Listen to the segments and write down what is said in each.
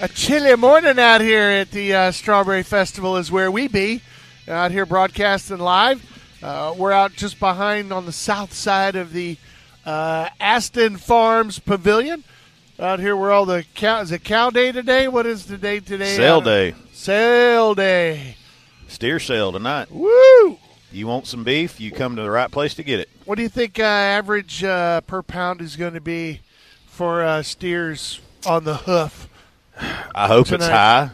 A chilly morning out here at the uh, Strawberry Festival is where we be. Out here broadcasting live. Uh, we're out just behind on the south side of the uh, Aston Farms Pavilion. Out here where all the cow is it cow day today? What is the day today? Sale Adam? day. Sale day. Steer sale tonight. Woo! You want some beef? You come to the right place to get it. What do you think uh, average uh, per pound is going to be for uh, steers on the hoof? I hope it's Tonight. high.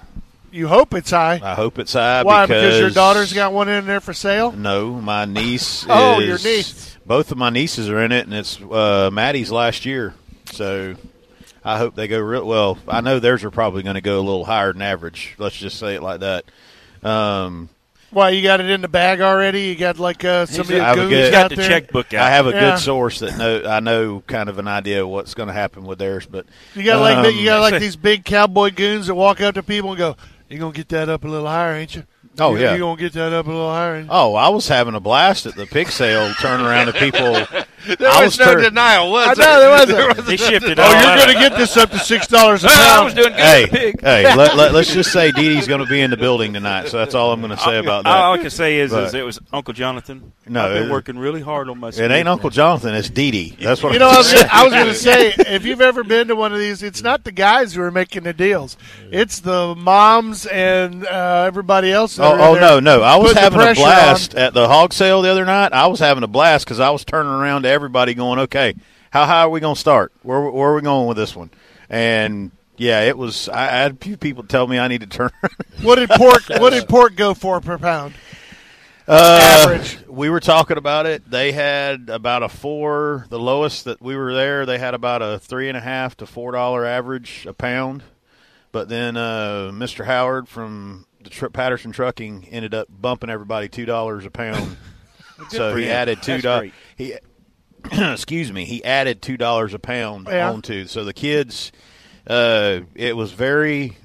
You hope it's high. I hope it's high Why? Uh, because Because, your daughter's got one in there for sale. No, my niece. Oh, is- your niece. Both of my nieces are in it, and it's uh, Maddie's last year. So I hope they go real well. I know theirs are probably going to go a little higher than average. Let's just say it like that. Um, Why? You got it in the bag already. You got like uh, some of I your have a goons good- out He's got the there. checkbook out. I have a Yeah. good source that know I know kind of an idea of what's going to happen with theirs, but You got like the- you um, got like these big cowboy goons that walk up to people and go, "You gonna get that up a little higher, ain't you? Oh, you, yeah. you gonna get that up a little higher." ain't you?" Oh, I was having a blast at the pig sale. Turn around to people. There I was, no tur- denial, was I there? know there wasn't. They shifted. Oh, all you're that. gonna get this up to six dollars a Well, I was pound. doing good. Hey, with the pig. hey, let, let, us just say Dee Dee's going to be in the building tonight, so that's all I'm going to say about that. All I can say is, is But- it was Uncle Jonathan. No, I've been it- working really hard on my. it ain't Uncle Jonathan, it's Dee Dee. That's what You know, I was, gonna, I was gonna say, if you've ever been to one of these, it's not the guys who are making the deals; it's the moms and uh, everybody else. that are in Oh, oh there. no, no! I was Put the having a pressure blast at the hog sale the other night. I was having a blast because I was turning around to everybody, going, "Okay, how high are we going to start? Where, where are we going with this one?" And yeah, it was. I, I had a few people tell me I need to turn. What did pork? What did pork go for per pound? Uh, Average. We were talking about it. They had about a four. The lowest that we were there, they had about a three and a half to four dollar average a pound. But then uh, Mr. Howard from the tr- Patterson Trucking ended up bumping everybody two dollars a pound. so for he him. added two That's dollars. great. He excuse me. He added two dollars a pound Yeah. onto. So the kids, uh, it was very.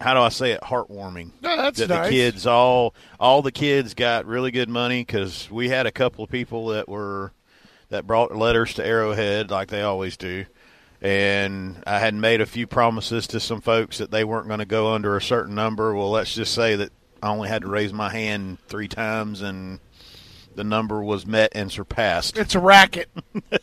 How do I say it? Heartwarming No, that's that nice. the kids all all the kids got really good money because we had a couple of people that were that brought letters to Arrowhead like they always do, and I had made a few promises to some folks that they weren't going to go under a certain number. Well, let's just say that I only had to raise my hand three times and. The number was met and surpassed. It's a racket.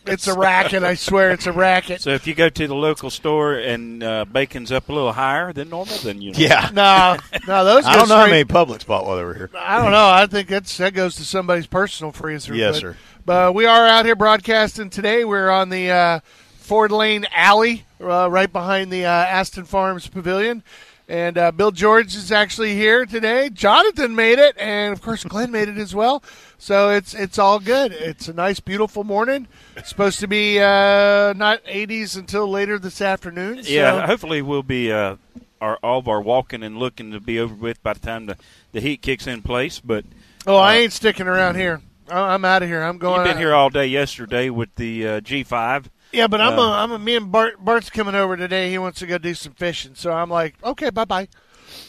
It's a racket. I swear, it's a racket. So if you go to the local store and uh, bacon's up a little higher than normal, then you know. Yeah, No, no, those. I go don't know how straight- many Publix bought while they were here. I don't know. I think that's that goes to somebody's personal freezer. Yes, but, sir. But uh, we are out here broadcasting today. We're on the uh, Ford Lane Alley, uh, right behind the uh, Aston Farms Pavilion. And uh, Bill George is actually here today. Jonathan made it, and of course Glenn made it as well. So it's it's all good. It's a nice, beautiful morning. It's supposed to be uh, not 80s until later this afternoon. So. Yeah, hopefully we'll be uh, our all of our walking and looking to be over with by the time the, the heat kicks in place. But Oh, I ain't sticking around here. I- I'm out of here. I'm going. you've been here all day yesterday with the uh, G5. Yeah, but I'm Uh, a, I'm a, me and Bart Bart's coming over today. He wants to go do some fishing, so I'm like, okay, bye bye.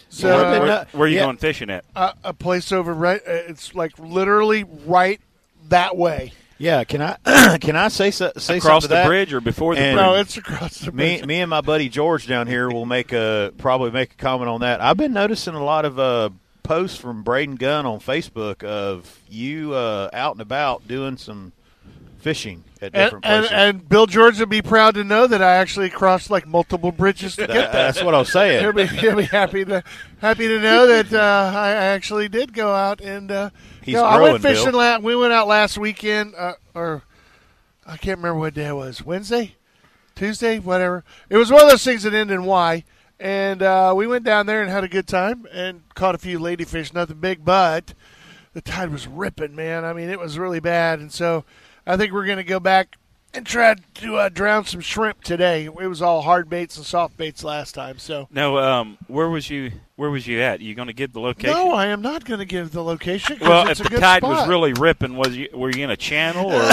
So Well, I've been uh, up- Where, where are you yeah. going fishing at? a, a place over right, uh, it's like literally right that way. Yeah, can I can I say so, say Across something to the that? bridge or before the And- bridge? No, it's across the me, bridge. me and my buddy George down here will make a probably make a comment on that. I've been noticing a lot of uh, posts from Braden Gunn on Facebook of you uh, out and about doing some fishing and, at different and, places. and Bill George would be proud to know that I actually crossed like multiple bridges to That- get there. that's what I was He'll saying. be, he'll be happy to happy to know that uh, I actually did go out and uh, He's you know, I went growing, Bill. fishing. La- we went out last weekend, uh, or I can't remember what day it was. Wednesday, Tuesday, whatever. It was one of those things that end in Y. And uh, we went down there and had a good time and caught a few ladyfish. Nothing big, but the tide was ripping, man. I mean, it was really bad. And so I think we're going to go back and tried to uh, drown some shrimp today. It was all hard baits and soft baits last time. So No, um, where was you? Where was you at? You going to give the location? no, I am not going to give the location. 'cause well, if it's a the good tide was spot. really ripping, was you? Were you in a channel, or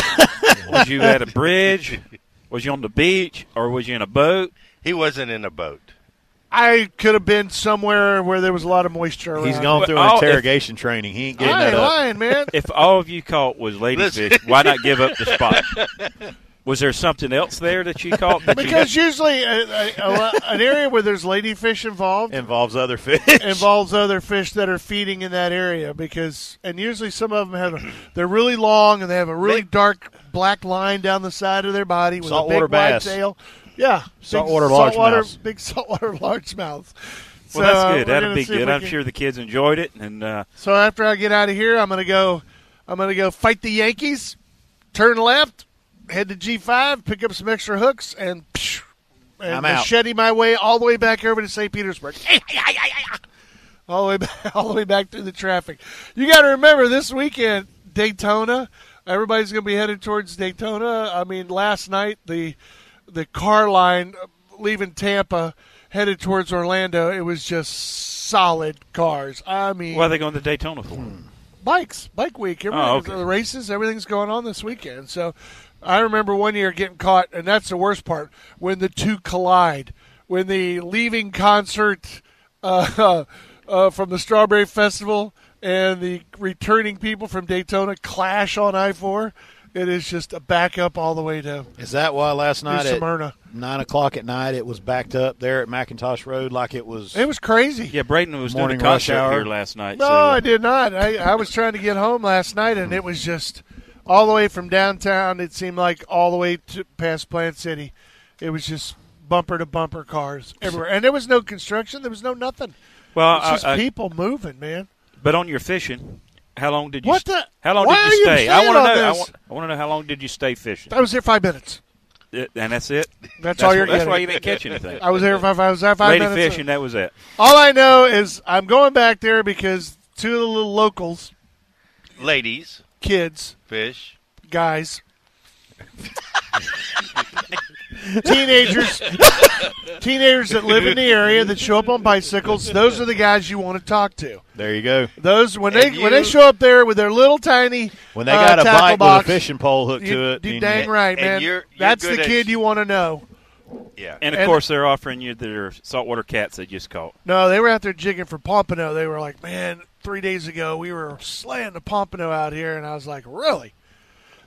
was you at a bridge? Was you on the beach, or was you in a boat? He wasn't in a boat. I could have been somewhere where there was a lot of moisture. Around. He's gone But through all- interrogation training. He ain't I getting that ain't up. lying, man. If all of you caught was Listen. ladyfish, why not give up the spot? Was there something else there that you caught? That you Because usually a, a, a, lo- an area where there's ladyfish involved Involves other fish. involves other fish that are feeding in that area because and usually some of them have a, they're really long and they have a really dark black line down the side of their body with Saltwater a big wide bass. tail. Yeah, Saltwater big, saltwater, largemouths. big saltwater largemouth. So, well, that's uh, good. we're That'll gonna be see if good. we I'm can- sure the kids enjoyed it, and uh, So after I get out of here, I'm gonna go. I'm gonna go fight the Yankees. Turn left, head to G5, pick up some extra hooks, and, psh, and I'm out. machete my way all the way back over to St. Petersburg. all the way back, all the way back through the traffic. You got to remember this weekend Daytona. Everybody's going to be headed towards Daytona. I mean, last night the the car line leaving Tampa headed towards Orlando. It was just solid cars. I mean, why are they going to Daytona for? Hmm. bikes, bike week. Everything, Oh, okay. The races, everything's going on this weekend. So I remember one year getting caught, and that's the worst part when the two collide. When the leaving concert uh, uh, from the Strawberry Festival and the returning people from Daytona clash on I 4, it is just a backup all the way to Is that why last night New at Smyrna. nine o'clock at night it was backed up there at McIntosh Road like it was? It was crazy. Yeah, Braden was Morning doing a rush concert hour. here last night. No, so, uh, I did not. I, I was trying to get home last night, and it was just all the way from downtown. It seemed like all the way to past Plant City. It was just bumper to bumper cars everywhere, and there was no construction. There was no nothing. Well, It's just I- I- people moving, man. but on your fishing, how long did you? What st- the- How long why did are you you stay? I saying want to all know. I this? want, I want to know how long did you stay fishing? I was there five minutes. It- and that's it. That's, all wh- you're That's getting. why you didn't catch anything. I was there five. I was there five Lady minutes. fishing. That was it. All I know is I'm going back there because two of the little locals, Ladies, kids, fish. guys. teenagers teenagers that live in the area that show up on bicycles those are the guys you want to talk to there you go. those when And they when you- they show up there with their little tiny When they uh, got a tackle bike box, with a fishing pole hooked you, to it, you and- dang right and man you're- you're that's good the at- kid you want to know Yeah. And of And- course, they're offering you their saltwater cats they just caught. no they were out there jigging for pompano they were like man three days ago we were slaying the pompano out here and i was like really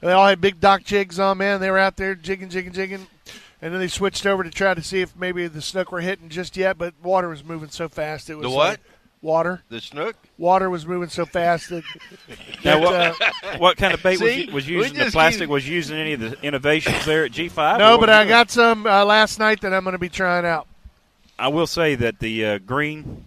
And they all had big dock jigs on, man. They were out there jigging, jigging, jigging. And then they switched over to try to see if maybe the snook were hitting just yet, but water was moving so fast it was The like- what? water. the snook? Water was moving so fast that, that, Now, what, uh, what kind of bait was, See? you, was We using? The just plastic keep- was using any of the innovations there at G5? no, Or what but was I it? got some uh, last night that I'm going to be trying out. I will say that the uh, green.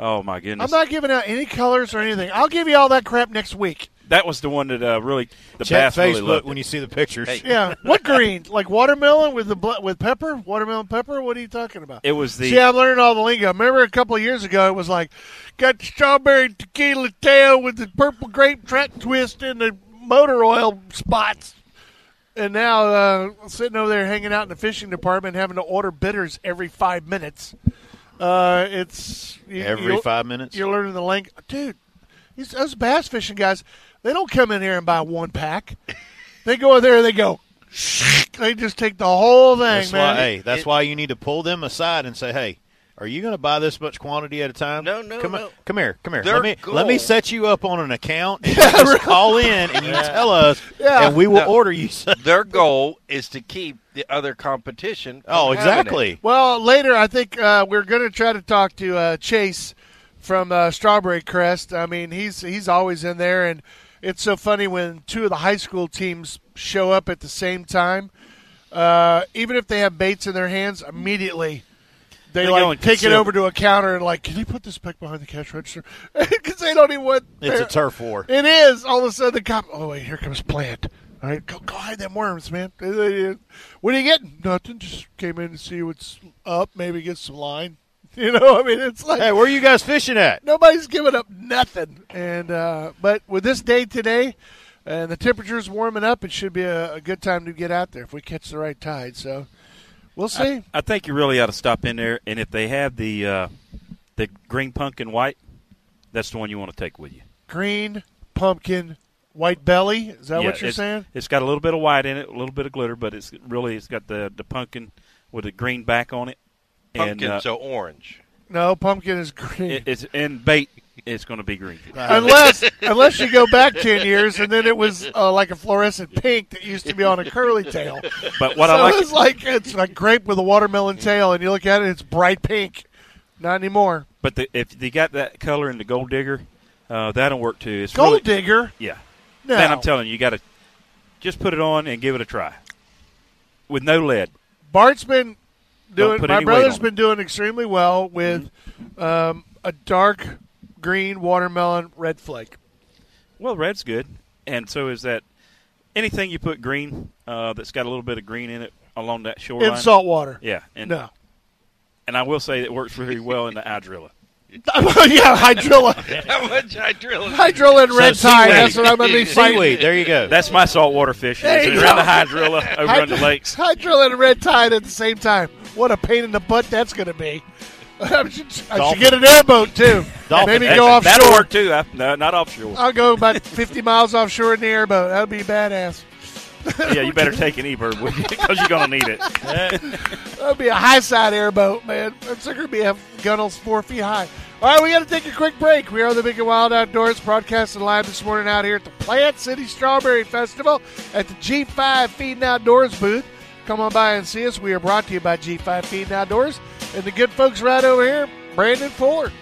Oh my goodness! I'm not giving out any colors or anything. I'll give you all that crap next week. that was the one that uh, really the Check bass really Facebook loved. it. when you see the pictures. Hey. Yeah, what green? Like watermelon with the bl- with pepper? Watermelon pepper? What are you talking about? It was the See, I'm learning all the lingo. Remember a couple of years ago, it was like, got the strawberry tequila tail with the purple grape track twist and the motor oil spots. And now, uh, sitting over there hanging out in the fishing department, having to order bitters every five minutes. Uh, it's you, Every you'll- five minutes. You're learning the language, dude. These, those bass fishing guys, they don't come in here and buy one pack. They go in there and they go. They just take the whole thing, That's man. why. Hey, that's why you need to pull them aside and say, "Hey, are you going to buy this much quantity at a time?" No, no, come no. on- come here, come here. Their Let me let me goal- set you up on an account. And you just call in and you tell us, Yeah. and we will No. order you. Some. Their goal is to keep the other competition. from Oh, having it. exactly. Well, later I think uh, we're going to try to talk to uh, Chase from uh, Strawberry Crest. I mean, he's he's always in there, and it's so funny when two of the high school teams show up at the same time. Uh, even if they have baits in their hands, immediately they, They go like and take it consume. over to a counter and like, can you put this back behind the cash register? Because they don't even want. It's a their- turf war. it is. All of a sudden, the cop. Oh wait, here comes plant. All right, go, go hide them worms, man. What are you getting? Nothing. Just came in to see what's up. Maybe get some line. You know, I mean, it's like Hey, where are you guys fishing at? nobody's giving up nothing. And uh, but with this day today, and the temperature's warming up. It should be a, a good time to get out there if we catch the right tide. So we'll see. I think you really ought to stop in there, and if they have the uh, the green pumpkin white, that's the one you want to take with you. Green pumpkin, white belly. Is that what you're it's- saying? It's got a little bit of white in it, a little bit of glitter, but it's really it's got the the pumpkin with a green back on it. Pumpkin, and, uh, so orange. No, pumpkin is green. it, it's and bait. It's going to be green. unless unless you go back ten years and then it was uh, like a fluorescent pink that used to be on a curly tail. But what so I like, it's like it's like grape with a watermelon tail, and you look at it, it's bright pink. Not anymore. but the, if they got that color in the gold digger, uh, that'll work too. It's Gold really- digger. Yeah. No. Man, I'm telling you, you got to just put it on and give it a try with no lead. Bart's been doing. put My any weight brother's on it. Mm-hmm. been doing extremely well with um, a dark green watermelon red flake. Well, red's good, and so is that anything you put green uh, that's got a little bit of green in it along that shoreline. In salt water. Yeah, and No. and I will say it works very well in the hydrilla. yeah, hydrilla. How much I drill it? Hydrilla and red So tide. seaweed. That's what I'm going to be fighting. Seaweed. There you go. That's my saltwater fishing. There is you in the go. hydrilla over on the lakes. Hydrilla and red tide at the same time. What a pain in the butt that's going to be. I should, I should Dolphin. get an airboat too. Dolphin. Maybe go That- That'll offshore. work too. I, no, not offshore. I'll go about 50 miles offshore in the airboat. That'd be badass. yeah, you better take an e-bird with you because you're gonna need it. That'd be a high side airboat, man. That's going to be a gunnels four feet high. All right, we got to take a quick break. We are the Big and Wild Outdoors, broadcasting live this morning out here at the Plant City Strawberry Festival at the G5 Feeding Outdoors booth. Come on by and see us. We are brought to you by G5 Feeding Outdoors and the good folks right over here, Brandon Ford.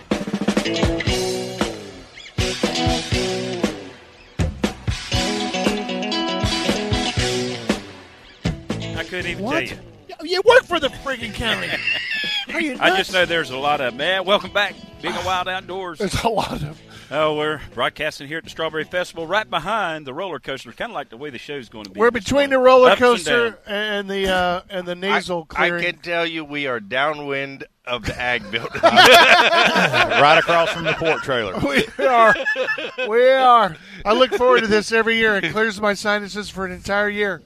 I couldn't even tell you. You work for the friggin' county. Are you I nuts? just know there's a lot of man. Welcome back, Big and Wild Outdoors. There's a lot of. Oh, we're broadcasting here at the Strawberry Festival, right behind the roller coaster. Kind of like the way the show's going to be. We're this between the morning. roller Ups and coaster down. and the uh, and the I, nasal I clearing. can tell you we are downwind of the ag building. right across from the port trailer. We are. We are. I look forward to this every year. It clears my sinuses for an entire year.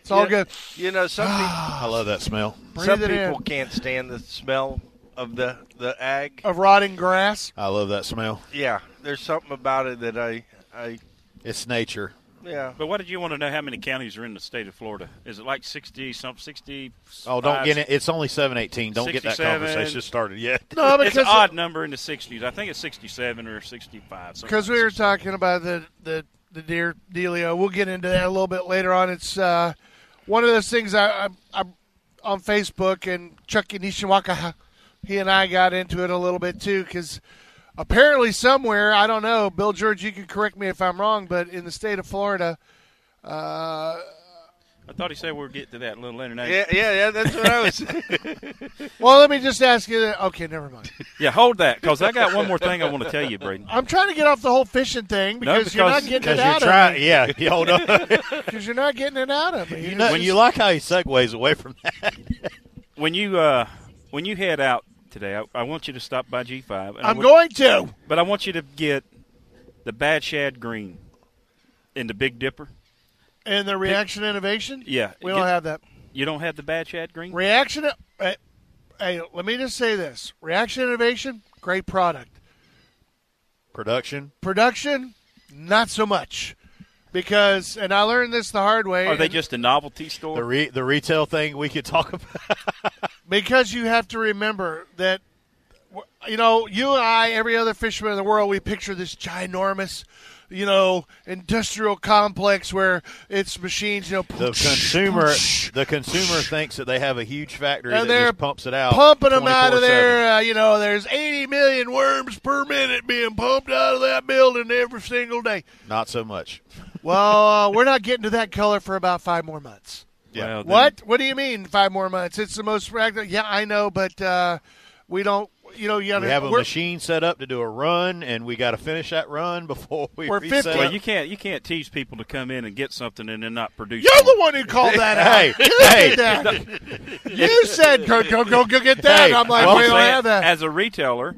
It's all good. you know, some, pe- I love that smell. Breathe some it people in. can't stand the smell of the, the ag. Of rotting grass. I love that smell. Yeah, there's something about it that I, I It's nature. yeah. But why did you want to know how many counties are in the state of Florida? Is it like sixty something? Sixty. Oh, don't get it. It's only seven eighteen. Don't get that 67. conversation started yet. No, It's an because odd number in the sixties. I think it's sixty-seven or sixty-five. something because like we were that. talking about the the the deer dealio. We'll get into that a little bit later on. It's uh, one of those things I, I I'm on Facebook and Chucky Nishiwaka. He and I got into it a little bit too because apparently somewhere I don't know. Bill George, you can correct me if I'm wrong, but in the state of Florida, uh, I thought he said we'll get to that a little later. Now. Yeah, yeah, yeah, that's what I was. Well, let me just ask you that. Okay, never mind. Yeah, hold that because I got one more thing I want to tell you, Braden. I'm trying to get off the whole fishing thing because, you're not because- getting Because it you're out of trying. me. Yeah, you hold on. Because you're not getting it out of me. You know- when you like how he segues away from that. When you uh, when you head out today, I, I want you to stop by G five. I'm going to. But I want you to get the Bad Shad Green in the Big Dipper. And the reaction innovation? Yeah. We don't Get- have that. You don't have the Bad Shad Green? Reaction. Hey, hey, let me just say this reaction innovation, great product. Production. Production, not so much. Because, and I learned this the hard way. Are they and- just a novelty The store? re- the retail thing we could talk about. because you have to remember that you know you and i every other fisherman in the world we picture this ginormous you know industrial complex where it's machines you know The consumer the consumer thinks that they have a huge factory And that they're just pumps it out. pumping them out of 24/7. there uh, you know there's 80 million worms per minute being pumped out of that building every single day Not so much. well uh, we're not getting to that color for about five more months Yeah. Well, then- What? What do you mean five more months? It's the most regular. Yeah, I know, but uh, we don't. You know, you gotta, we have a we're- machine set up to do a run, and we got to finish that run before we We're reset. 50. Well, you can't you can't tease people to come in and get something and then not produce. You're it. the one who called that out. Hey, you hey. did that. You said go go go go get that. Hey, I'm like, well, we I'm don't saying, have that. As a retailer,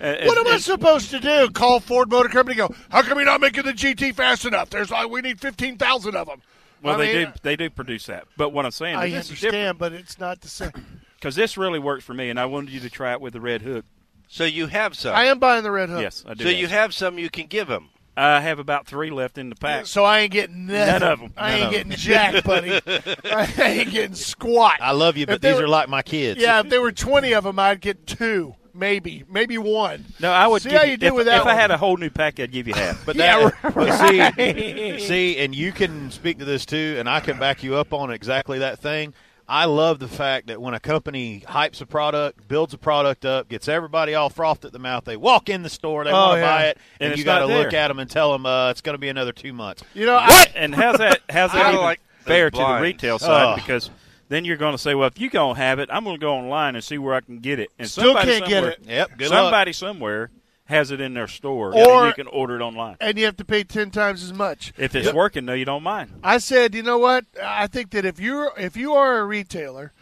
And- What am I and- supposed to do? Call Ford Motor Company? and Go? How come you're not making the GT fast enough? There's like we need fifteen thousand of them. Well, I they mean, uh, do. They do produce that. But what I'm saying, I is this is different understand, but it's not the same. because this really works for me, and I wanted you to try it with the red hook. So you have some. I am buying the Red Hook. Yes, I do. so you that. have some you can give him. I have about three left in the pack. So I ain't getting nothing. None of 'em. I ain't None of getting jack, buddy. I ain't getting squat. I love you, If but they these were- are like my kids. yeah, if there were twenty of them, I'd get two, maybe, maybe one. No, I would see give how you do if, with that. If I one. had a whole new pack, I'd give you half. But Yeah, that, but see, see, and you can speak to this too, and I can back you up on exactly that thing. I love the fact that when a company hypes a product, builds a product up, gets everybody all frothed at the mouth, they walk in the store, they Oh, want to yeah. buy it, And and, it's you got to not there. look at them and tell them uh, it's going to be another two months. you know, I, And how's that? How's I that even like the fair to the blinds. retail side? Ugh. Because then you're going to say, well, if you gonna have it, I'm going to go online and see where I can get it. And Still somebody can't get somewhere- it. Yep, good luck. somebody somewhere has it in their store, Or- and you can order it online. and you have to pay ten times as much. If it's working, though, you don't mind. I said, you know what? I think that if you're if you are a retailer,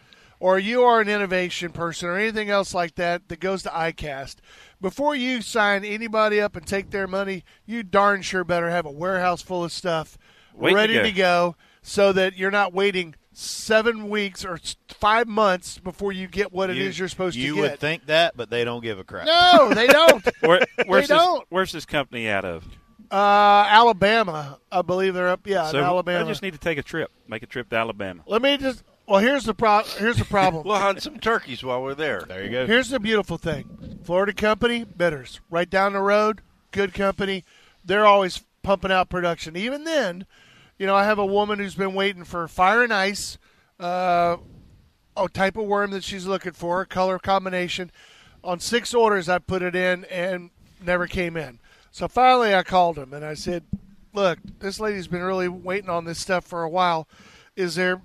or you are an innovation person, or anything else like that that goes to ICAST, before you sign anybody up and take their money, you darn sure better have a warehouse full of stuff Waiting to ready go. to go, so that you're not waiting seven weeks or s- five months before you get what it You- is you're supposed you to would get. think that, but they don't give a crap. no, they don't. Where, where's this, don't. Where's this company out of? Uh, Alabama, I believe they're up. Yeah, in So Alabama. I just need to take a trip, make a trip to Alabama. Let me just. Well, here's the pro- Here's the problem. We'll hunt some turkeys while we're there. There you go. Here's the beautiful thing Florida Company, bitters. Right down the road, good company. They're always pumping out production. Even then, you know, I have a woman who's been waiting for fire and ice, uh, a type of worm that she's looking for, color combination. On six orders, I put it in and never came in. So finally, I called him and I said, Look, this lady's been really waiting on this stuff for a while. Is there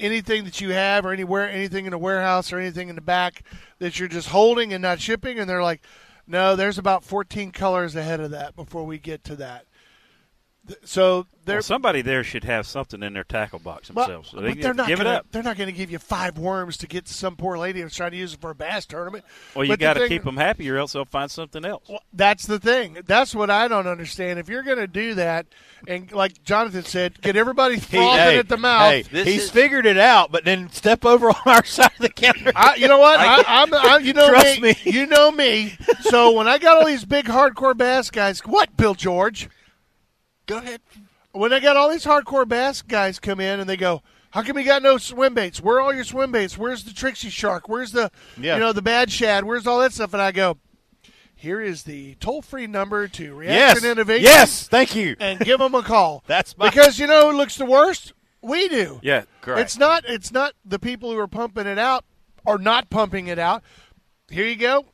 anything that you have or anywhere anything in the warehouse or anything in the back that you're just holding and not shipping and they're like no there's about 14 colors ahead of that before we get to that Th- so they're Well, somebody there should have something in their tackle box but, themselves. So but they they're not give gonna, it up. they're not going to give you five worms to get to some poor lady who's trying to use it for a bass tournament Well, you But the got to thing- keep them happy, or else they'll find something else. well, that's the thing. That's what I don't understand. If you're going to do that, and like Jonathan said, get everybody He- frothing hey, at the mouth. hey, This he's is- figured it out, but then step over on our side of the counter. I, you know what? I, I'm, I, you know Trust me. You know me. So when I got all these big hardcore bass guys, what Bill George? Go ahead. When I got all these hardcore bass guys come in and they go, "How come you got no swim baits? Where are all your swim baits? Where's the Trixie shark? Where's the Yeah. you know the bad shad? Where's all that stuff?" And I go, "Here is the toll free number to Reaction yes, Innovation. yes, thank you. and give them a call. That's my- because you know who looks the worst. We do. Yeah, correct. It's not. It's not the people who are pumping it out are not pumping it out. Here you go.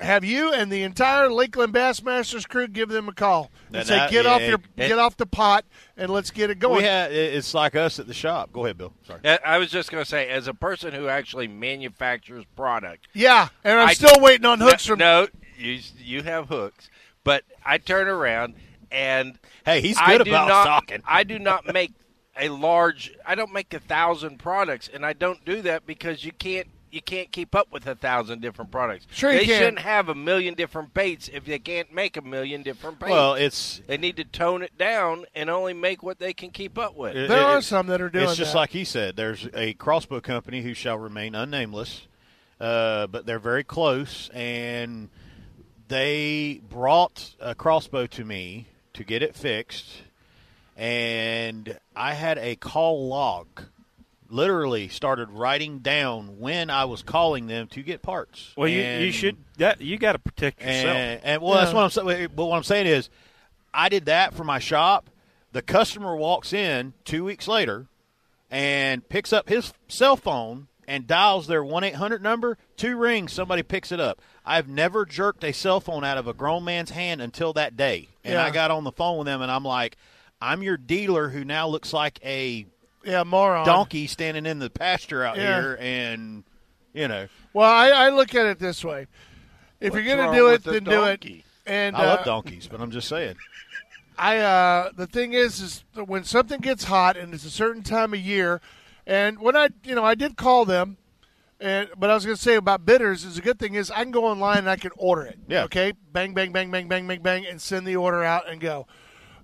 Have you and the entire Lakeland Bassmasters crew give them a call and, And say, I- "Get off yeah, your, it- get off the pot, and let's get it We going." had, it- it's like us at the shop. Go ahead, Bill. Sorry. Uh, I was just going to say, as a person who actually manufactures product, yeah, and I'm I- still waiting on hooks no, from. no, you you have hooks, but I turn around and Hey, he's I good do about not, talking. I do not make a large. I don't make a thousand products, and I don't do that because you can't. You can't keep up with a thousand different products. Sure you they can. shouldn't have a million different baits if they can't make a million different baits. Well, it's they need to tone it down and only make what they can keep up with. it- There it- are it's- some that are doing It's just that. like he said. There's a crossbow company who shall remain unnameless, uh, but they're very close, and they brought a crossbow to me to get it fixed, and I had a call log. Literally started writing down when I was calling them to get parts. Well, you, you And- should that you got to protect yourself. and, and well, that's Yeah. what I'm saying. But what I'm saying is, I did that for my shop. The customer walks in two weeks later and picks up his cell phone and dials their 1 800 number. Two rings, somebody picks it up. I've never jerked a cell phone out of a grown man's hand until that day. And Yeah. I got on the phone with them and I'm like, I'm your dealer who now looks like a yeah, moron. donkey standing in the pasture out Yeah. here. And, you know, Well, I, I look at it this way: if What's you're going wrong to do it, with the then do it. donkey? And I uh, love donkeys, but I'm just saying. I uh, the thing is, is that when something gets hot and it's a certain time of year, and when I you know I did call them, And but I was going to say about bitters is a good thing is I can go online and I can order it. Yeah. Okay. Bang bang bang bang bang bang bang and send the order out and go.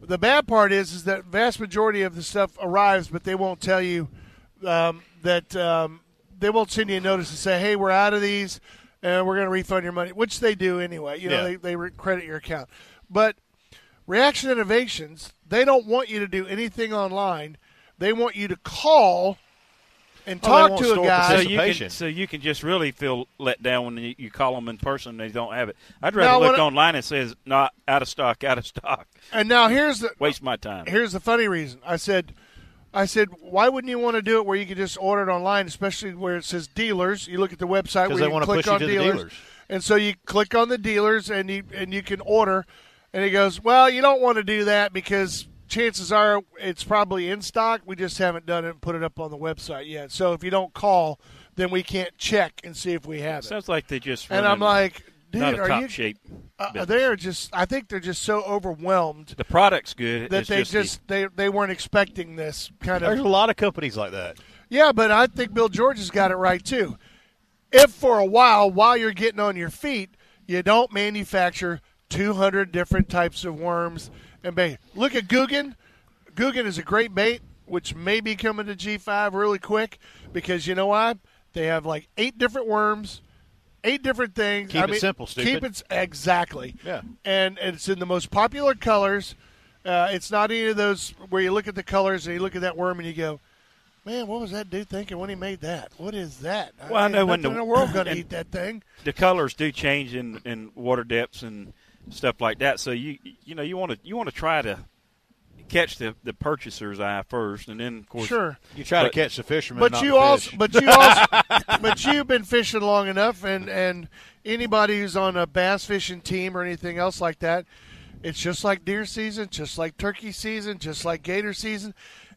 The bad part is is that vast majority of the stuff arrives, but they won't tell you um, that um, they won't send you a notice and say, "Hey, we're out of these, and we're going to refund your money," which they do anyway. You know, Yeah. they they re- credit your account, but Reaction Innovations, they don't want you to do anything online. They want you to call and Oh, they talk want to a store guy. So participation. you Participation. can so you can just really feel let down when you, you call them in person and they don't have it. I'd Now, rather what look I- online and says not out of stock, out of stock. And now here's the Waste my time. here's the funny reason. I said I said, why wouldn't you want to do it where you could just order it online, especially where it says dealers? You look at the website where they you wanna click push you on to the dealers, dealers. and so you click on the dealers and you and you can order. And he goes, well, you don't want to do that because chances are it's probably in stock. We just haven't done it and put it up on the website yet. So if you don't call, then we can't check and see if we have it. Sounds like they just And I'm running like, dude, not a are top you? shape. Uh, business. they are just. I think they're just so overwhelmed the product's good. that it's they just, the- they they weren't expecting this kind There's a of. lot of companies like that. Yeah, but I think Bill George has got it right too. If for a while, while you're getting on your feet, you don't manufacture 200 different types of worms and bait. Look at Guggen. Guggen is a great bait, which may be coming to G5 really quick because you know why? They have like eight different worms, eight different things. Keep I it mean, simple, stupid. Keep it it's exactly. Yeah. And it's in the most popular colors. Uh, it's not any of those where you look at the colors and you look at that worm and you go, "Man, what was that dude thinking when he made that? What is that?" Well, I know ain't when nothing the- in the world gonna and- eat that thing. the colors do change in, in water depths and stuff like that. So you you know you want to you want to try to catch the, the purchaser's eye first, and then of course Sure, You try But- to catch the fishermen, but not you the also, fish. but you also, but you've been fishing long enough, and and anybody who's on a bass fishing team or anything else like that, it's just like deer season, just like turkey season, just like gator season.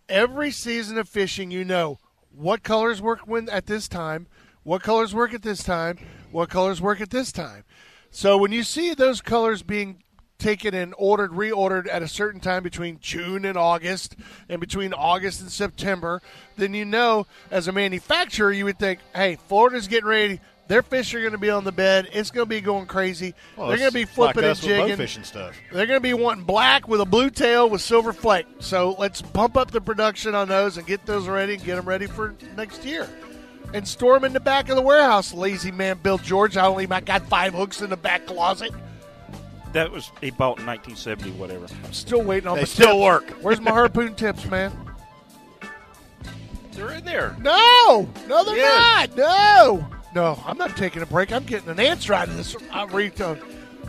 Every season of fishing, you know what colors work when at this time, what colors work at this time, what colors work at this time. So when you see those colors being taken and ordered, reordered at a certain time between June and August, and between August and September, then you know, as a manufacturer, you would think, hey, Florida's getting ready. Their fish are going to be on the bed. It's going to be going crazy. Well, They're it's going to be flipping like and us with jigging. blowfish and stuff. They're going to be wanting black with a blue tail with silver flake. So let's pump up the production on those and get those ready and get them ready for next year. And store them in the back of the warehouse, lazy man, Bill George. I only got five hooks in the back closet. that was he bought in 1970 whatever. I'm Oh, still waiting on They the still tips. work. Where's my harpoon tips, man? They're in there. No, no, they're Yes. not. No, no, I'm not taking a break. I'm getting an answer out of this uh, retailer,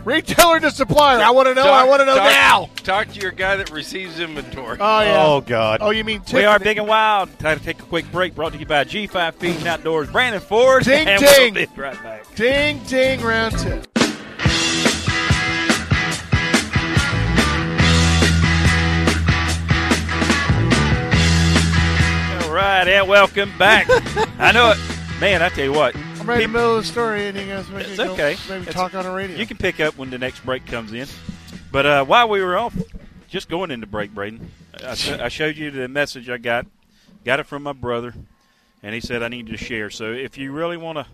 retailer to supplier. I want to know. I Talk- want to know talk- now. Talk to your guy that receives inventory. Oh yeah. Oh God! Oh, you mean Tiffany? We are big and wild. Time to take a quick break. Brought to you by G5 Feeding Outdoors. Brandon Ford. Ding, and ding. We'll be right back. Ding, ding, round two. All right, and welcome back. I know it, man. I tell you what, I'm right in the people- middle of the story, and you guys maybe It's go- okay. maybe It's- talk on a radio. you can pick up when the next break comes in. But uh, while we were off, just going into break, Braden, I, sho- I showed you the message I got. Got it from my brother, and he said I need to share. So if you really want to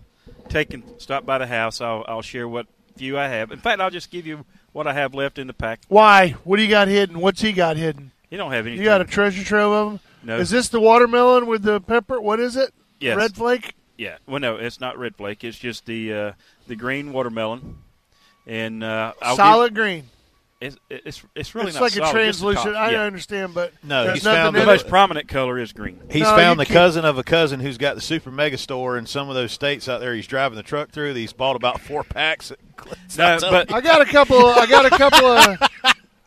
take and stop by the house, I'll, I'll share what few I have. In fact, I'll just give you what I have left in the pack. Why? What do you got hidden? What's he got hidden? You don't have anything. You got a treasure trove of them? No. Is this the watermelon with the pepper? What is it? Yes. Red flake. Yeah. Well, no, it's not red flake. It's just the uh, the green watermelon, and uh, I'll solid green. Give, it's, it's it's really it's not like solid, a just the translucent. top. I yeah. understand, but No, there's he's nothing found in The it. most prominent color is green. He's No, you found the can't- cousin of a cousin who's got the super mega store in some of those states out there. He's driving the truck through. that He's bought about four packs. No, but I got a couple. I got a couple of.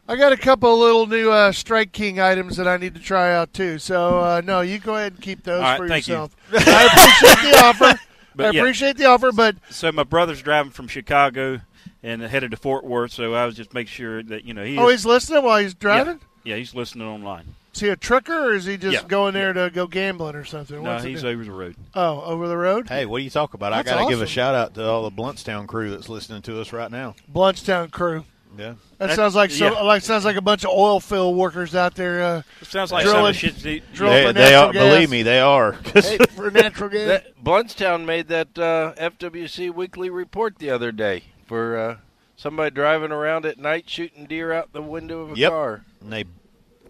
I got a couple of little new uh, Strike King items that I need to try out too. So uh, no, you go ahead and keep those All right, for thank you. yourself. I appreciate the offer. I But yeah. appreciate the offer, but so my brother's driving from Chicago and headed to Fort Worth. So I was just making sure that you know he. oh, is, he's listening while he's yeah, driving. yeah, he's listening online. Is he a trucker, or is he just Yeah. going there to go gambling or something? No, What's he he's doing? over the road. oh over the road. hey, what do you talk about? I That's got to give a awesome. shout out to all the Bluntstown crew that's listening to us right now. Bluntstown crew. Yeah. That, sounds like so, yeah. like sounds like a bunch of oil field workers out there uh, It sounds like Drilling- some shit. They, drilling they, for they natural are, gas. believe me, they are. for natural gas. That, Bluntstown made that uh, FWC weekly report the other day for uh, somebody driving around at night shooting deer out the window of a Yep. car. and they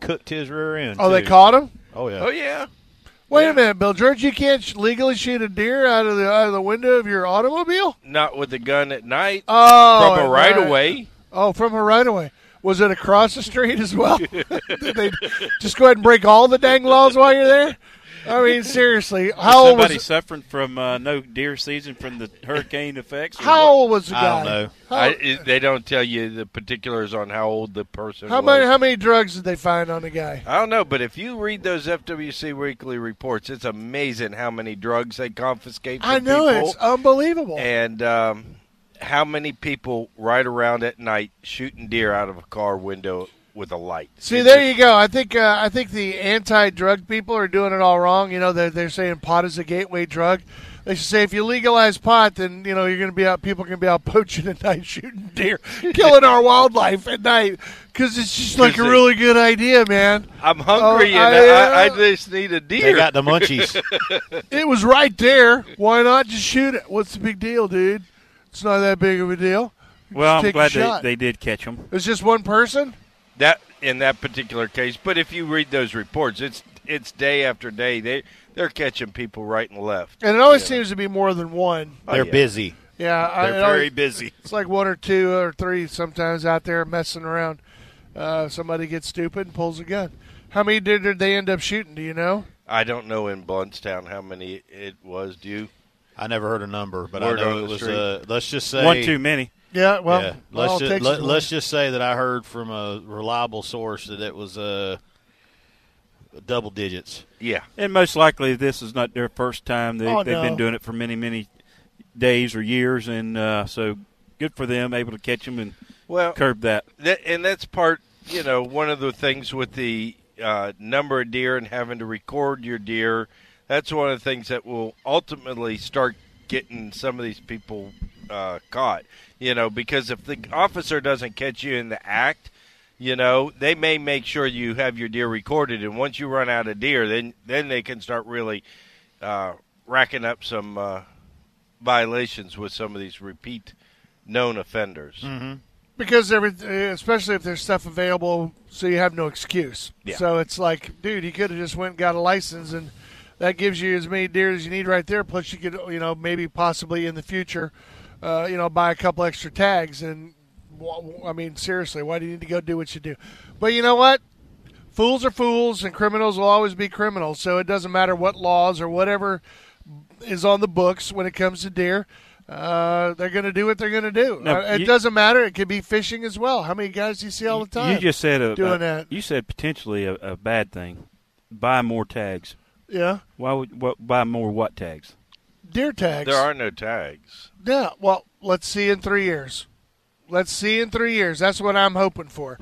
cooked his rear end. oh, they too. caught him. Oh yeah. Oh yeah, Wait Yeah. a minute, Bill George. You can't sh- legally shoot a deer out of the out of the window of your automobile. not with a gun at night Oh, from a and right of way. Oh, from a right away. Was it across the street as well? Did they just go ahead and break all the dang laws while you're there? I mean, seriously, how old somebody was suffering from uh, no deer season from the hurricane effects. or how what? old was the I guy? don't know. How, I, it- they don't tell you the particulars on how old the person how was. many how many drugs did they find on the guy? I don't know, but if you read those FWC weekly reports, it's amazing how many drugs they confiscate. From I know people. it's unbelievable. and um, how many people ride around at night shooting deer out of a car window with a light? See, there you go. I think uh, I think the anti-drug people are doing it all wrong. You know, they're, they're saying pot is a gateway drug. They should say if you legalize pot, then you know you're going to be out. People can be out poaching at night, shooting deer, killing our wildlife at night because it's just like a Because they- really good idea, man. I'm hungry Oh, and I- I, I, just need a They deer. got the munchies. It was right there. Why not just shoot it? What's the big deal, dude? It's not that big of a deal. Well, I'm Take a glad they, shot. they did catch him. It's just one person. that in that particular case, but if you read those reports, it's it's day after day. They they're catching people right and left. And it always seems to be more than one. Oh, They're yeah. busy. Yeah, I- They're it very always- busy. It's like one or two or three sometimes out there messing around. Uh, somebody gets stupid and pulls a gun. How many did, did they end up shooting? Do you know? I don't know in Bluntstown how many it was. Do you? I never heard a number, but Word I know on it the was. street. Uh, let's just say One too many. Yeah, well, yeah. all Let's it just takes let, is us just say that I heard from a reliable source that it was uh, double digits. Yeah. And most likely, this is not their first time. They, Oh, they've no. been doing it for many, many days or years, and uh, so good for them, able to catch him and Well, curb that. that, and that's part you know one of the things with the uh, number of deer and having to record your deer that's one of the things that will ultimately start getting some of these people uh, caught you know because if the officer doesn't catch you in the act you know they may make sure you have your deer recorded and once you run out of deer then then they can start really uh, racking up some uh, violations with some of these repeat known offenders because every, especially if there's stuff available, so you have no excuse. Yeah. So it's like, dude, you could have just went and got a license, and that gives you as many deer as you need right there. Plus, you could, you know, maybe possibly in the future, uh, you know, buy a couple extra tags. And wh- I mean, seriously, why do you need to go do what you do? But you know what? Fools are fools, and criminals will always be criminals. So it doesn't matter what laws or whatever is on the books when it comes to deer. Uh, they're going to do what they're going to do. No, Uh, it you- doesn't matter. It could be fishing as well. How many guys do you see all the time? You just said a, doing a- that. You said potentially a, a bad thing. Buy more tags. yeah, Why would what, buy more what tags? deer tags. there are no tags Yeah. Well, let's see in three years. Let's see in three years. That's what I'm hoping for.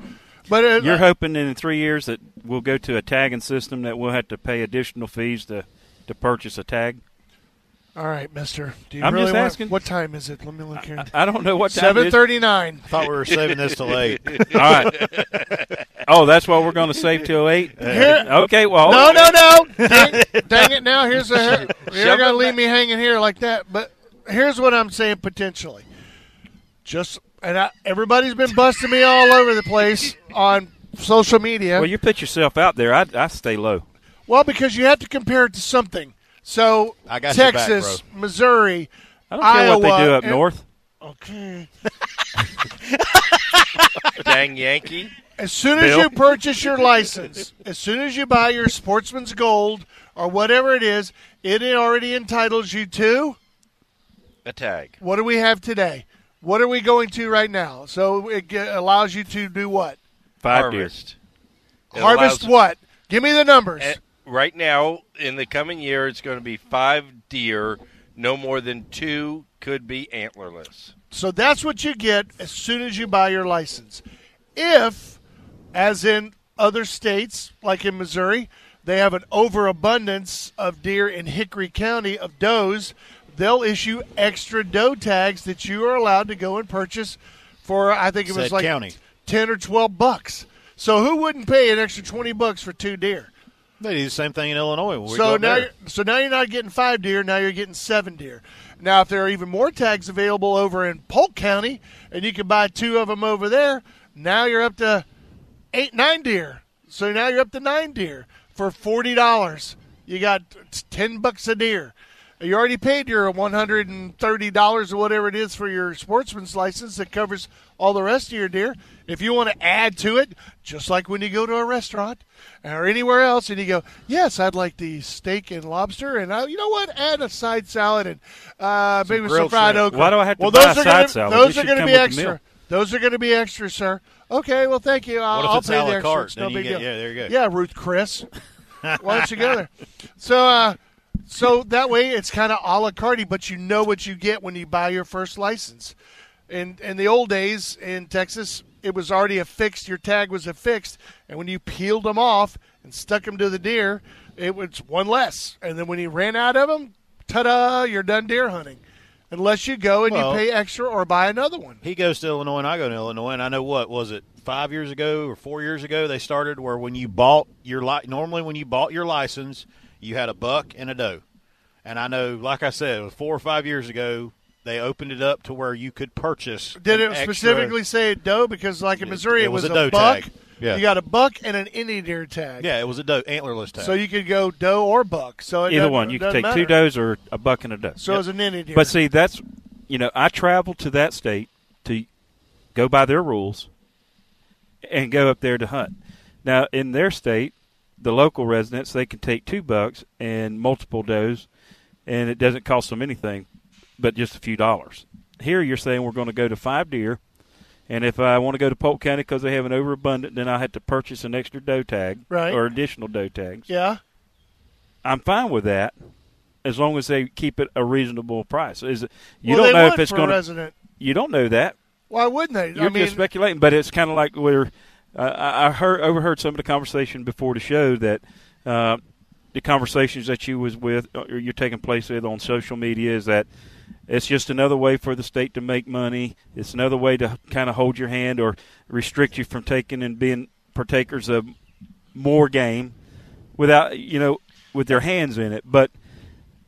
But uh, You're hoping in three years that we'll go to a tagging system that we'll have to pay additional fees to to purchase a tag. all right, Mister. Do you I'm really just want- asking. What time is it? Let me look here. I don't know what time it Seven is. thirty-nine. Thought we were saving this till late. All right. Oh, that's why we're going to save till eight. Here- Okay. Well, No, no, no! Dang, dang it! Now here's a you're Shove gonna it leave me hanging here like that. But here's what I'm saying potentially. Just and I, everybody's been busting me all over the place on social media. Well, you put yourself out there. I, I stay low. Well, because you have to compare it to something. So I got your back, Texas, Missouri, I don't care what they Iowa, do up and- north. Okay. dang yankee As soon as Bill? you purchase your license, as soon as you buy your Sportsman's Gold or whatever it is, it already entitles you to. a tag. What do we have today? What are we going to right now? So it ge- allows you to do what? Five deers. harvest. It Harvest allows- what? Give me the numbers. Eh, Right now, in the coming year, it's going to be five deer. No more than two could be antlerless. So that's what you get as soon as you buy your license. If, as in other states, like in Missouri, they have an overabundance of deer in Hickory County of does, they'll issue extra doe tags that you are allowed to go and purchase for I think it was Said like county. ten or twelve bucks. So who wouldn't pay an extra twenty bucks for two deer? They do the same thing in Illinois. When so we go up now, there. you're, so now you're not getting five deer. Now you're getting seven deer. Now, if there are even more tags available over in Polk County, and you can buy two of them over there, now you're up to eight, nine deer. So now you're up to nine deer for forty dollars. You got it's ten bucks a deer. You already paid your one hundred and thirty dollars or whatever it is for your sportsman's license that covers all the rest of your deer. If you want to add to it, just like when you go to a restaurant or anywhere else, and you go, "Yes, I'd like the steak and lobster," and I, you know what, add a side salad and uh, maybe some grilled fried shrimp. okra. Why do I have to well, buy those a are gonna, side salad? Those It are should going to come be with the extra. meal. Those are going to be extra, sir. Okay, well, thank you. I'll, What if I'll it's pay a la the extra. carte? It's Then no you big get- deal. yeah, there you go. Yeah, Ruth Chris. Why don't you go there? So, uh, so that way it's kind of a la carte, but you know what you get when you buy your first license. In in the old days in Texas, it was already affixed. Your tag was affixed, and when you peeled them off and stuck them to the deer, it was one less. And then when you ran out of them, ta-da! You're done deer hunting, unless you go and Well- you pay extra or buy another one. He goes to Illinois and I go to Illinois and I know what was it five years ago or four years ago they started where when you bought your li- normally when you bought your license you had a buck and a doe, and I know like I said four or five years ago they opened it up to where you could purchase. Did an it extra- specifically say doe? Because like in Missouri, it it, was was, a doe a buck. tag. Yeah. You got a buck and an any deer tag. Yeah, it was a doe antlerless tag. So you could go doe or buck. So it Either doesn't- one. You can doesn't take two matter. does or a buck and a doe. So it was an any deer. But see, that's you know, I travel to that state to go by their rules and go up there to hunt. Now, in their state, the local residents they can take two bucks and multiple does, and it doesn't cost them anything, but just a few dollars. Here, you're saying we're going to go to five deer, and if I want to go to Polk County because they have an overabundant, then I have to purchase an extra doe tag Right. or additional doe tags. yeah, I'm fine with that as long as they keep it a reasonable price. Is it, you Well, don't they know would if it's for going a to. resident. You don't know that. Why wouldn't they? You're I mean, just speculating, but it's kind of like we're. Uh, I I heard overheard some of the conversation before the show that uh, the conversations that you was with uh, or you're taking place with on social media is that it's just another way for the state to make money. It's another way to kind of hold your hand or restrict you from taking and being partakers of more game without you know with their hands in it. But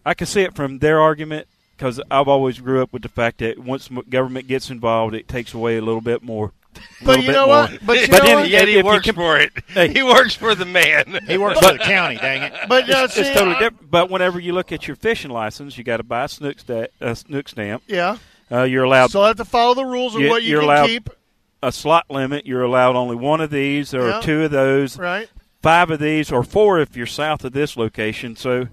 I can see it from their argument because I've always grew up with the fact that once m- government gets involved, it takes away a little bit more. a but little you bit know more. what? But you But know then what? yeah, Yet if he you works can- for it. Hey. He works for the man. he works for the county, dang it. But uh, see, It's totally I- different. But whenever you look at your fishing license, you got to buy a snook, sta- a snook stamp. Yeah, Uh, you're allowed so I have to follow the rules of You- what you you're can allowed- keep. a slot limit. You're allowed only one of these or Yeah. two of those. Right. five of these or four if you're south of this location. So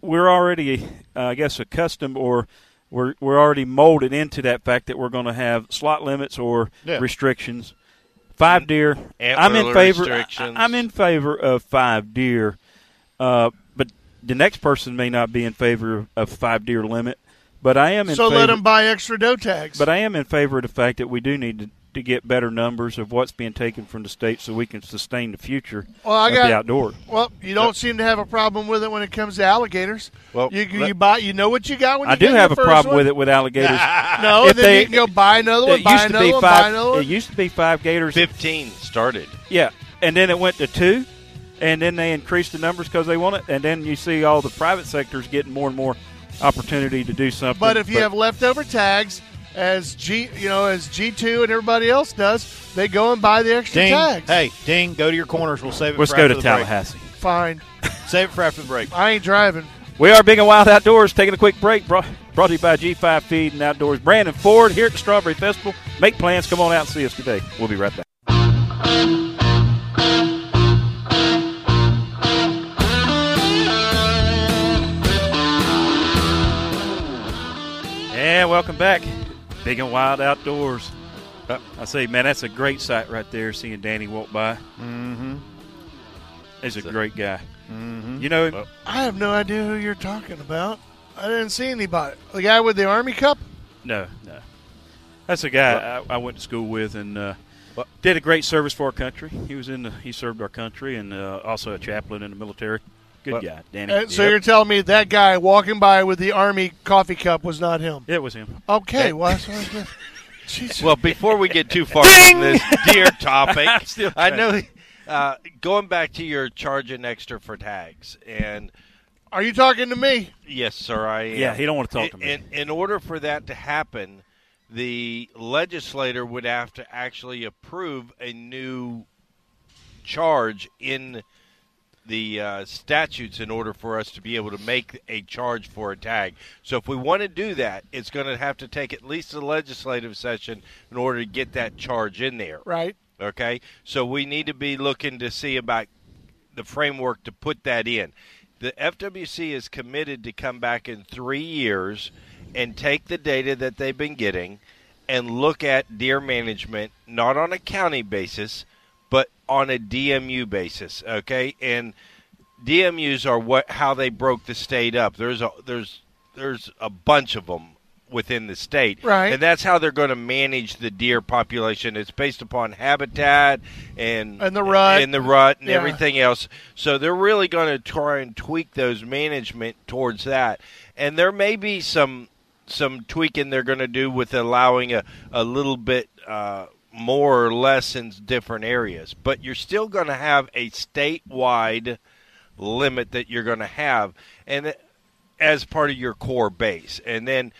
we're already, uh, I guess, accustomed or we're we're already molded into that fact that we're going to have slot limits or Yeah. restrictions. Mm-hmm. Five deer. I'm in antler favor. I, restrictions. I'm in favor of five deer, uh, but the next person may not be in favor of five deer limit. But I am in So favor. let them buy extra doe tags. But I am in favor of the fact that we do need to, to get better numbers of what's being taken from the state so we can sustain the future Well, I of got- the outdoor. well, you don't seem to have a problem with it when it comes to alligators. Well, you you let- buy, you know what you got when I you do get your have a first problem one. with it with alligators. No, If and then they- you can go buy another one, it buy used to another be one, buy five. another one. It used to be five gators. Fifteen started. Yeah, and then it went to two, and then they increased the numbers because they want it. And then you see all the private sectors getting more and more opportunity to do something. But if you have leftover tags, as G, you know, as G two and everybody else does, they go and buy the extra Ding, tags. hey, ding, go to your corners. We'll save it. let's for go after to the Tallahassee. Fine, fine. Break. Save it for after the break. I ain't driving. We are Big and Wild Outdoors, taking a quick break. Brought, brought to you by G5 Feed and Outdoors. Brandon Ford here at the Strawberry Festival. Make plans. Come on out and see us today. We'll be right back. And welcome back, Big and Wild Outdoors. Uh, I say, man, that's a great sight right there. Seeing Danny walk by. Mm-hmm. He's a great guy. Mm-hmm. You know, I have no idea who you're talking about. I didn't see anybody. The guy with the army cup. No, no. That's a guy I, I went to school with and uh, did a great service for our country. He was in the, he served our country and uh, also a chaplain in the military. Good guy, Danny. Uh, So you're telling me that guy walking by with the army coffee cup was not him? it was him. Okay, well, that's what I was- Well, before we get too far from this deer topic, Still I trying. know uh, going back to your charging extra for tags, and Are you talking to me? yes, sir, I am. Yeah, he don't wanna talk in, to me. In, in order for that to happen, the legislator would have to actually approve a new charge in the uh, statutes in order for us to be able to make a charge for a tag. So if we want to do that, it's going to have to take at least a legislative session in order to get that charge in there. Right. Okay, so we need to be looking to see about the framework to put that in. The FWC is committed to come back in three years and take the data that they've been getting and look at deer management, not on a county basis, but on a DMU basis. Okay, and DMUs are what how they broke the state up. There's a there's there's a bunch of them within the state, Right. And that's how they're going to manage the deer population. It's based upon habitat and And the rut. and the rut and Yeah. everything else. So they're really going to try and tweak those management towards that. And there may be some some tweaking they're going to do with allowing a a little bit uh, more or less in different areas. But you're still going to have a statewide limit that you're going to have, and it- as part of your core base. And then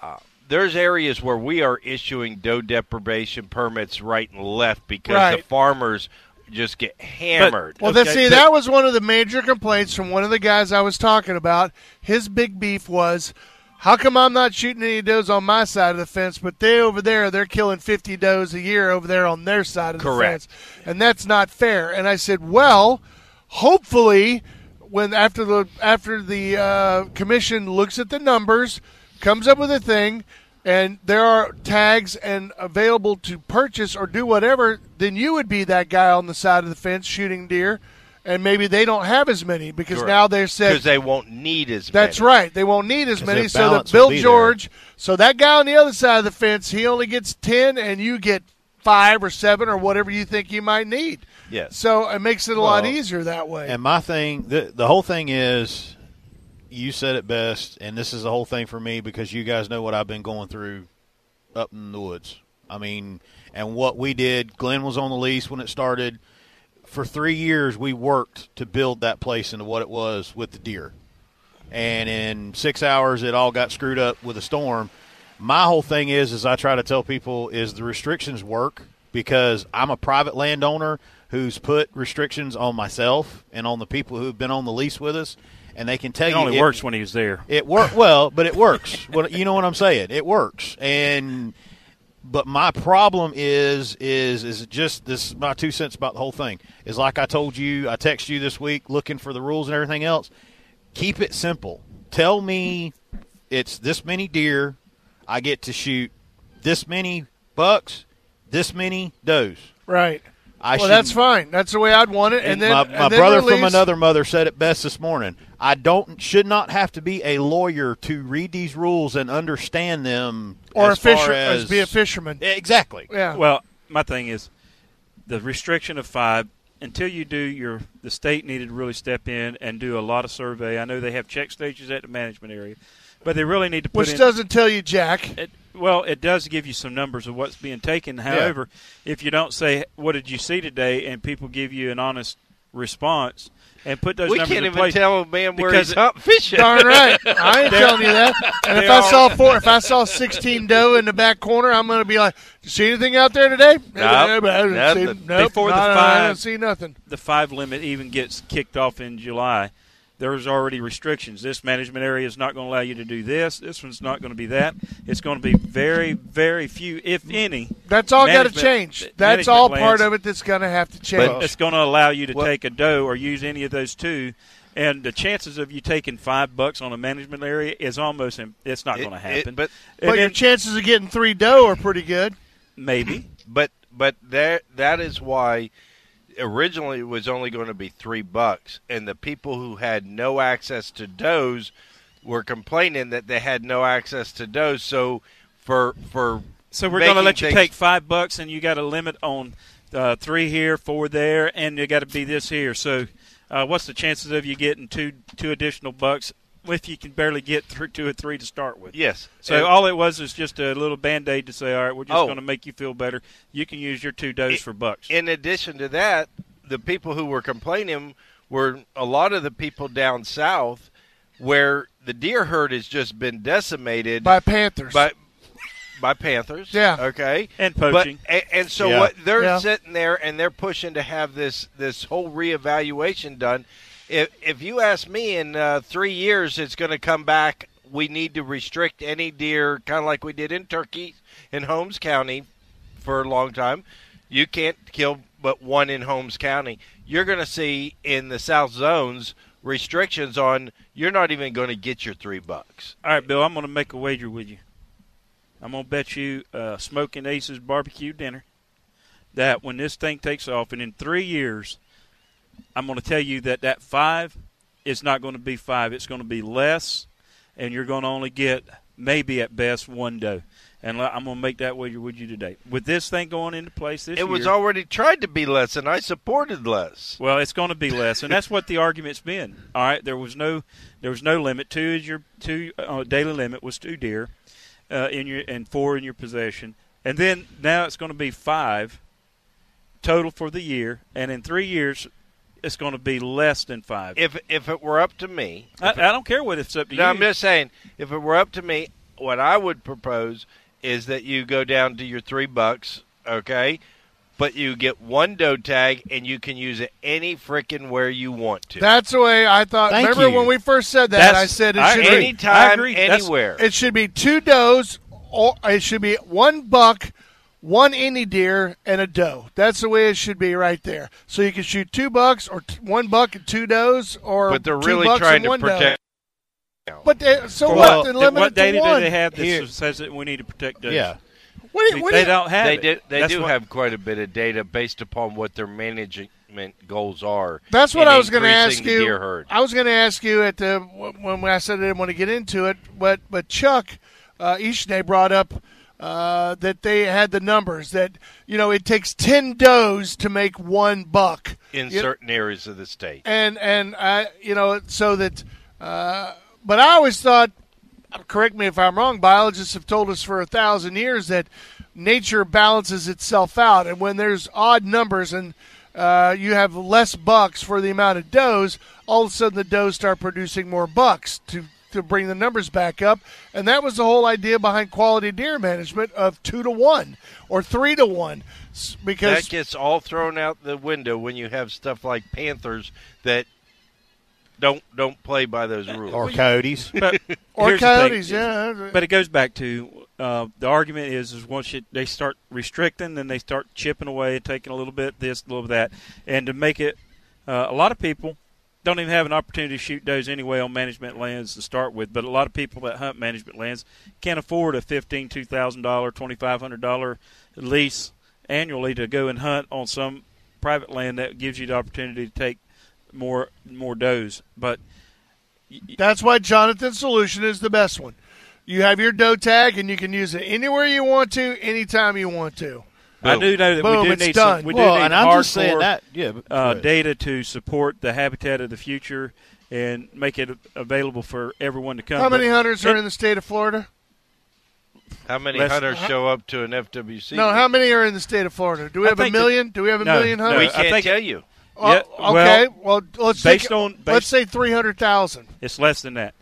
uh, there's areas where we are issuing doe deprivation permits right and left because the Right. farmers just get hammered. Well, Okay, that, see, but- that was one of the major complaints from one of the guys I was talking about. His big beef was, how come I'm not shooting any does on my side of the fence, but they over there, they're killing 50 does a year over there on their side of the Correct. fence. And that's not fair. And I said, well, hopefully when after the after the uh, commission looks at the numbers, comes up with a thing, and there are tags and available to purchase or do whatever, then you would be that guy on the side of the fence shooting deer, and maybe they don't have as many because now they're because said they won't need as that's many. right they won't need as many. their So that balance Bill will be George, so that guy on the other side of the fence, he only gets ten, and you get five or seven or whatever you think you might need. Yes. So it makes it a lot Well, easier that way. And my thing, the, the whole thing is, you said it best, and this is the whole thing for me because you guys know what I've been going through up in the woods. I mean, and what we did, Glenn was on the lease when it started. For three years, we worked to build that place into what it was with the deer. And in six hours, it all got screwed up with a storm. My whole thing is, is I try to tell people, is the restrictions work because I'm a private landowner who's put restrictions on myself and on the people who've been on the lease with us, and they can tell It you only it- works when he was there. it work well, but it works. What you know what I'm saying? It works. And but my problem is is is just this my two cents about the whole thing. Is like I told you, I texted you this week looking for the rules and everything else. Keep it simple. Tell me it's this many deer, I get to shoot this many bucks, this many does. Right. I well, that's shouldn't- fine. That's the way I'd want it. And, And then my, my and then brother from release- another mother said it best this morning. I don't should not have to be a lawyer to read these rules and understand them, or a as far fisher as, as, be a fisherman. Yeah, Exactly. Yeah. Well, my thing is the restriction of five until you do your the state needed to really step in and do a lot of survey. I know they have check stages at the management area, but they really need to put Which in, doesn't tell you jack. It, well, it does give you some numbers of what's being taken. However, if you don't say what did you see today, and people give you an honest response and put those We numbers can't in even place, tell a man where because he's out fishing. Darn right. I ain't telling you that. And if I They are- saw four, if I saw sixteen doe in the back corner, I'm going to be like, "You see anything out there today?" Nope. I didn't see- Nothing. nope, Before the not- I didn't five. see nothing. the five limit even gets kicked off in July, there's already restrictions. This management area is not going to allow you to do this. This one's not going to be that. It's going to be very, very few, if any. That's all got to management- change. That's management all plans part of it that's going to have to change. That's going to allow you to Well- take a doe or use any of those two. And the chances of you taking five bucks on a management area is almost im- it's not It- going to it- happen. but- And but your then chances of getting three doe are pretty good. maybe But but there that is why originally it was only going to be three bucks, and the people who had no access to does were complaining that they had no access to does. So for for So we're going to making let you things- take five bucks, and you got a limit on uh, three here, four there, and you got to be this here. So, uh, what's the chances of you getting two two additional bucks if you can barely get through two or three to start with. Yes. So And- all it was is just a little band aid to say, all right, we're just Oh. going to make you feel better. You can use your two dose It- for bucks. in addition to that, the people who were complaining were a lot of the people down south where the deer herd has just been decimated by Panthers. by by panthers. Yeah. Okay. And poaching. But, and, and so Yeah. what they're Yeah. sitting there and they're pushing to have this this whole reevaluation done. If if you ask me, in uh, three years it's going to come back. We need to restrict any deer, kind of like we did in Turkey in Holmes County for a long time. You can't kill but one in Holmes County. You're going to see in the South Zones restrictions on you're not even going to get your three bucks. all right, Bill, I'm going to make a wager with you. I'm going to bet you uh, Smoking Aces barbecue dinner that when this thing takes off, and in three years, I'm going to tell you that that five is not going to be five. It's going to be less, and you're going to only get maybe at best one doe. And li- I'm going to make that wager with you today. With this thing going into place this It year, was already tried to be less, and I supported less. Well, it's going to be less, and that's what the argument's been. All right, there was no there was no limit. Two is your two uh, daily limit was two deer, uh, in your and four in your possession, and then now it's going to be five total for the year, and in three years it's going to be less than five. if if it were up to me, I, I don't care what it's up to no, you. I'm just saying, if it were up to me, what I would propose is that you go down to your three bucks, okay, but you get one doe tag and you can use it any frickin' where you want to. That's the way I thought. Thank remember you. when we first said that? That's- I said it I- should agree. be I Anytime, agree. That's- anywhere. It should be two does, or it should be one buck, one any deer, and a doe. That's the way it should be right there. So you can shoot two bucks or t- one buck and two does, or but they're two really bucks trying and to one doe. protect. But they, so Well, what? Then th- limit what it to data one. do they have that Here. says that we need to protect those? Yeah. What do you- what do they you- don't have. They it. did. They That's do what- have quite a bit of data based upon what their management goals are. That's what in I was going to ask increasing the you. Deer herd. I was going to ask you at the when I said I didn't want to get into it, but but Chuck uh, Ishne brought up uh, that they had the numbers that you know it takes ten does to make one buck, in You- certain areas of the state. and and I you know so that. Uh, but I always thought, correct me if I'm wrong. Biologists have told us for a thousand years that nature balances itself out, and when there's odd numbers and uh, you have less bucks for the amount of does, all of a sudden the does start producing more bucks to to bring the numbers back up, and that was the whole idea behind quality deer management of two to one or three to one, s- because that gets all thrown out the window when you have stuff like Panthers that don't don't play by those rules. Or coyotes. But or here's the thing. coyotes, yeah, But it goes back to uh, the argument is is once you, they start restricting, then they start chipping away and taking a little bit this, a little bit that, and to make it, uh, a lot of people don't even have an opportunity to shoot does anyway on management lands to start with. But a lot of people that hunt management lands can't afford a fifteen, two thousand dollar, twenty five hundred dollar lease annually to go and hunt on some private land that gives you the opportunity to take more more does. But That's why Jonathan's solution is the best one. You have your doe tag, and you can use it anywhere you want to, anytime you want to. I do know that Boom, we do it's need done. some. We well, do need and I'm just saying hardcore, that. Yeah. but- uh, but- data to support the habitat of the future and make it available for everyone to come. How many But hunters are it- in the state of Florida? How many Less- hunters show up to an FWC? No, how many are in the state of Florida? Do we I have a think that- million? Do we have a No, million no, We hunters? I can't think- tell you. Oh, yeah, well, okay, well, let's based think- on- let's based- say three hundred thousand. It's less than that.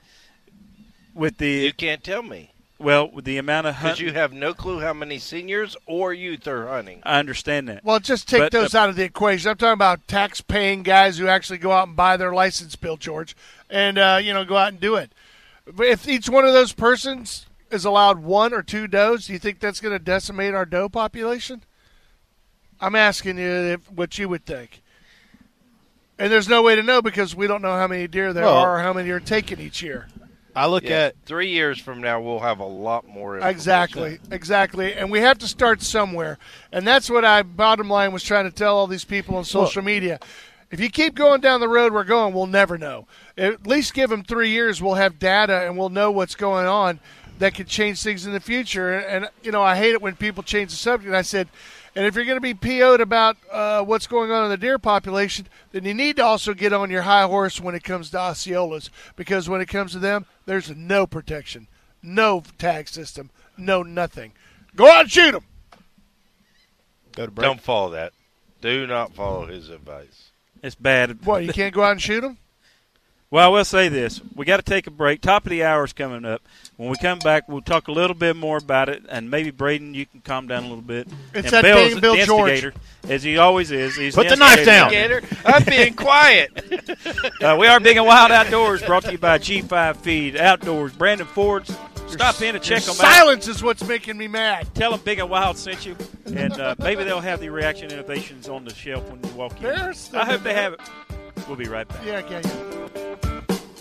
With You the can't tell me well, with the amount of because hunt, you have no clue how many seniors or youth are hunting. I understand that. Well, just take But the- those out of the equation. I'm talking about tax-paying guys who actually go out and buy their license, Bill George, and uh, you know go out and do it. But if each one of those persons is allowed one or two does, do you think that's going to decimate our doe population? I'm asking you if, what you would think. And there's no way to know because we don't know how many deer there Well- are or how many are taken each year. I look Yeah, at three years from now, we'll have a lot more. information. Exactly, exactly. And we have to start somewhere. And that's what I, bottom line, was trying to tell all these people on social media. If you keep going down the road we're going, we'll never know. At least give them three years, we'll have data and we'll know what's going on. that could change things in the future. And, you know, I hate it when people change the subject. I said, and if you're going to be PO'd about uh, what's going on in the deer population, then you need to also get on your high horse when it comes to Osceolas, because when it comes to them, there's no protection, no tag system, no nothing. Go out and shoot them. Go to break. Don't follow that. Do not follow his advice. It's bad. What, you can't go out and shoot them? Well, I will say this: we got to take a break. Top of the hour is coming up. When we come back, we'll talk a little bit more about it, and maybe Braden, you can calm down a little bit. It's and that Bill's dang Bill the George. instigator, as he always is. He's Put the knife instigator. down. Gator, I'm being quiet. Uh, we are big and wild outdoors, brought to you by G5 Feed Outdoors. Brandon Ford, stop in and check them out. Silence is what's making me mad. Tell them Big and Wild sent you, and uh, maybe they'll have the reaction innovations on the shelf when you walk in. There's the- I hope they have it. We'll be right back. Yeah, yeah, yeah.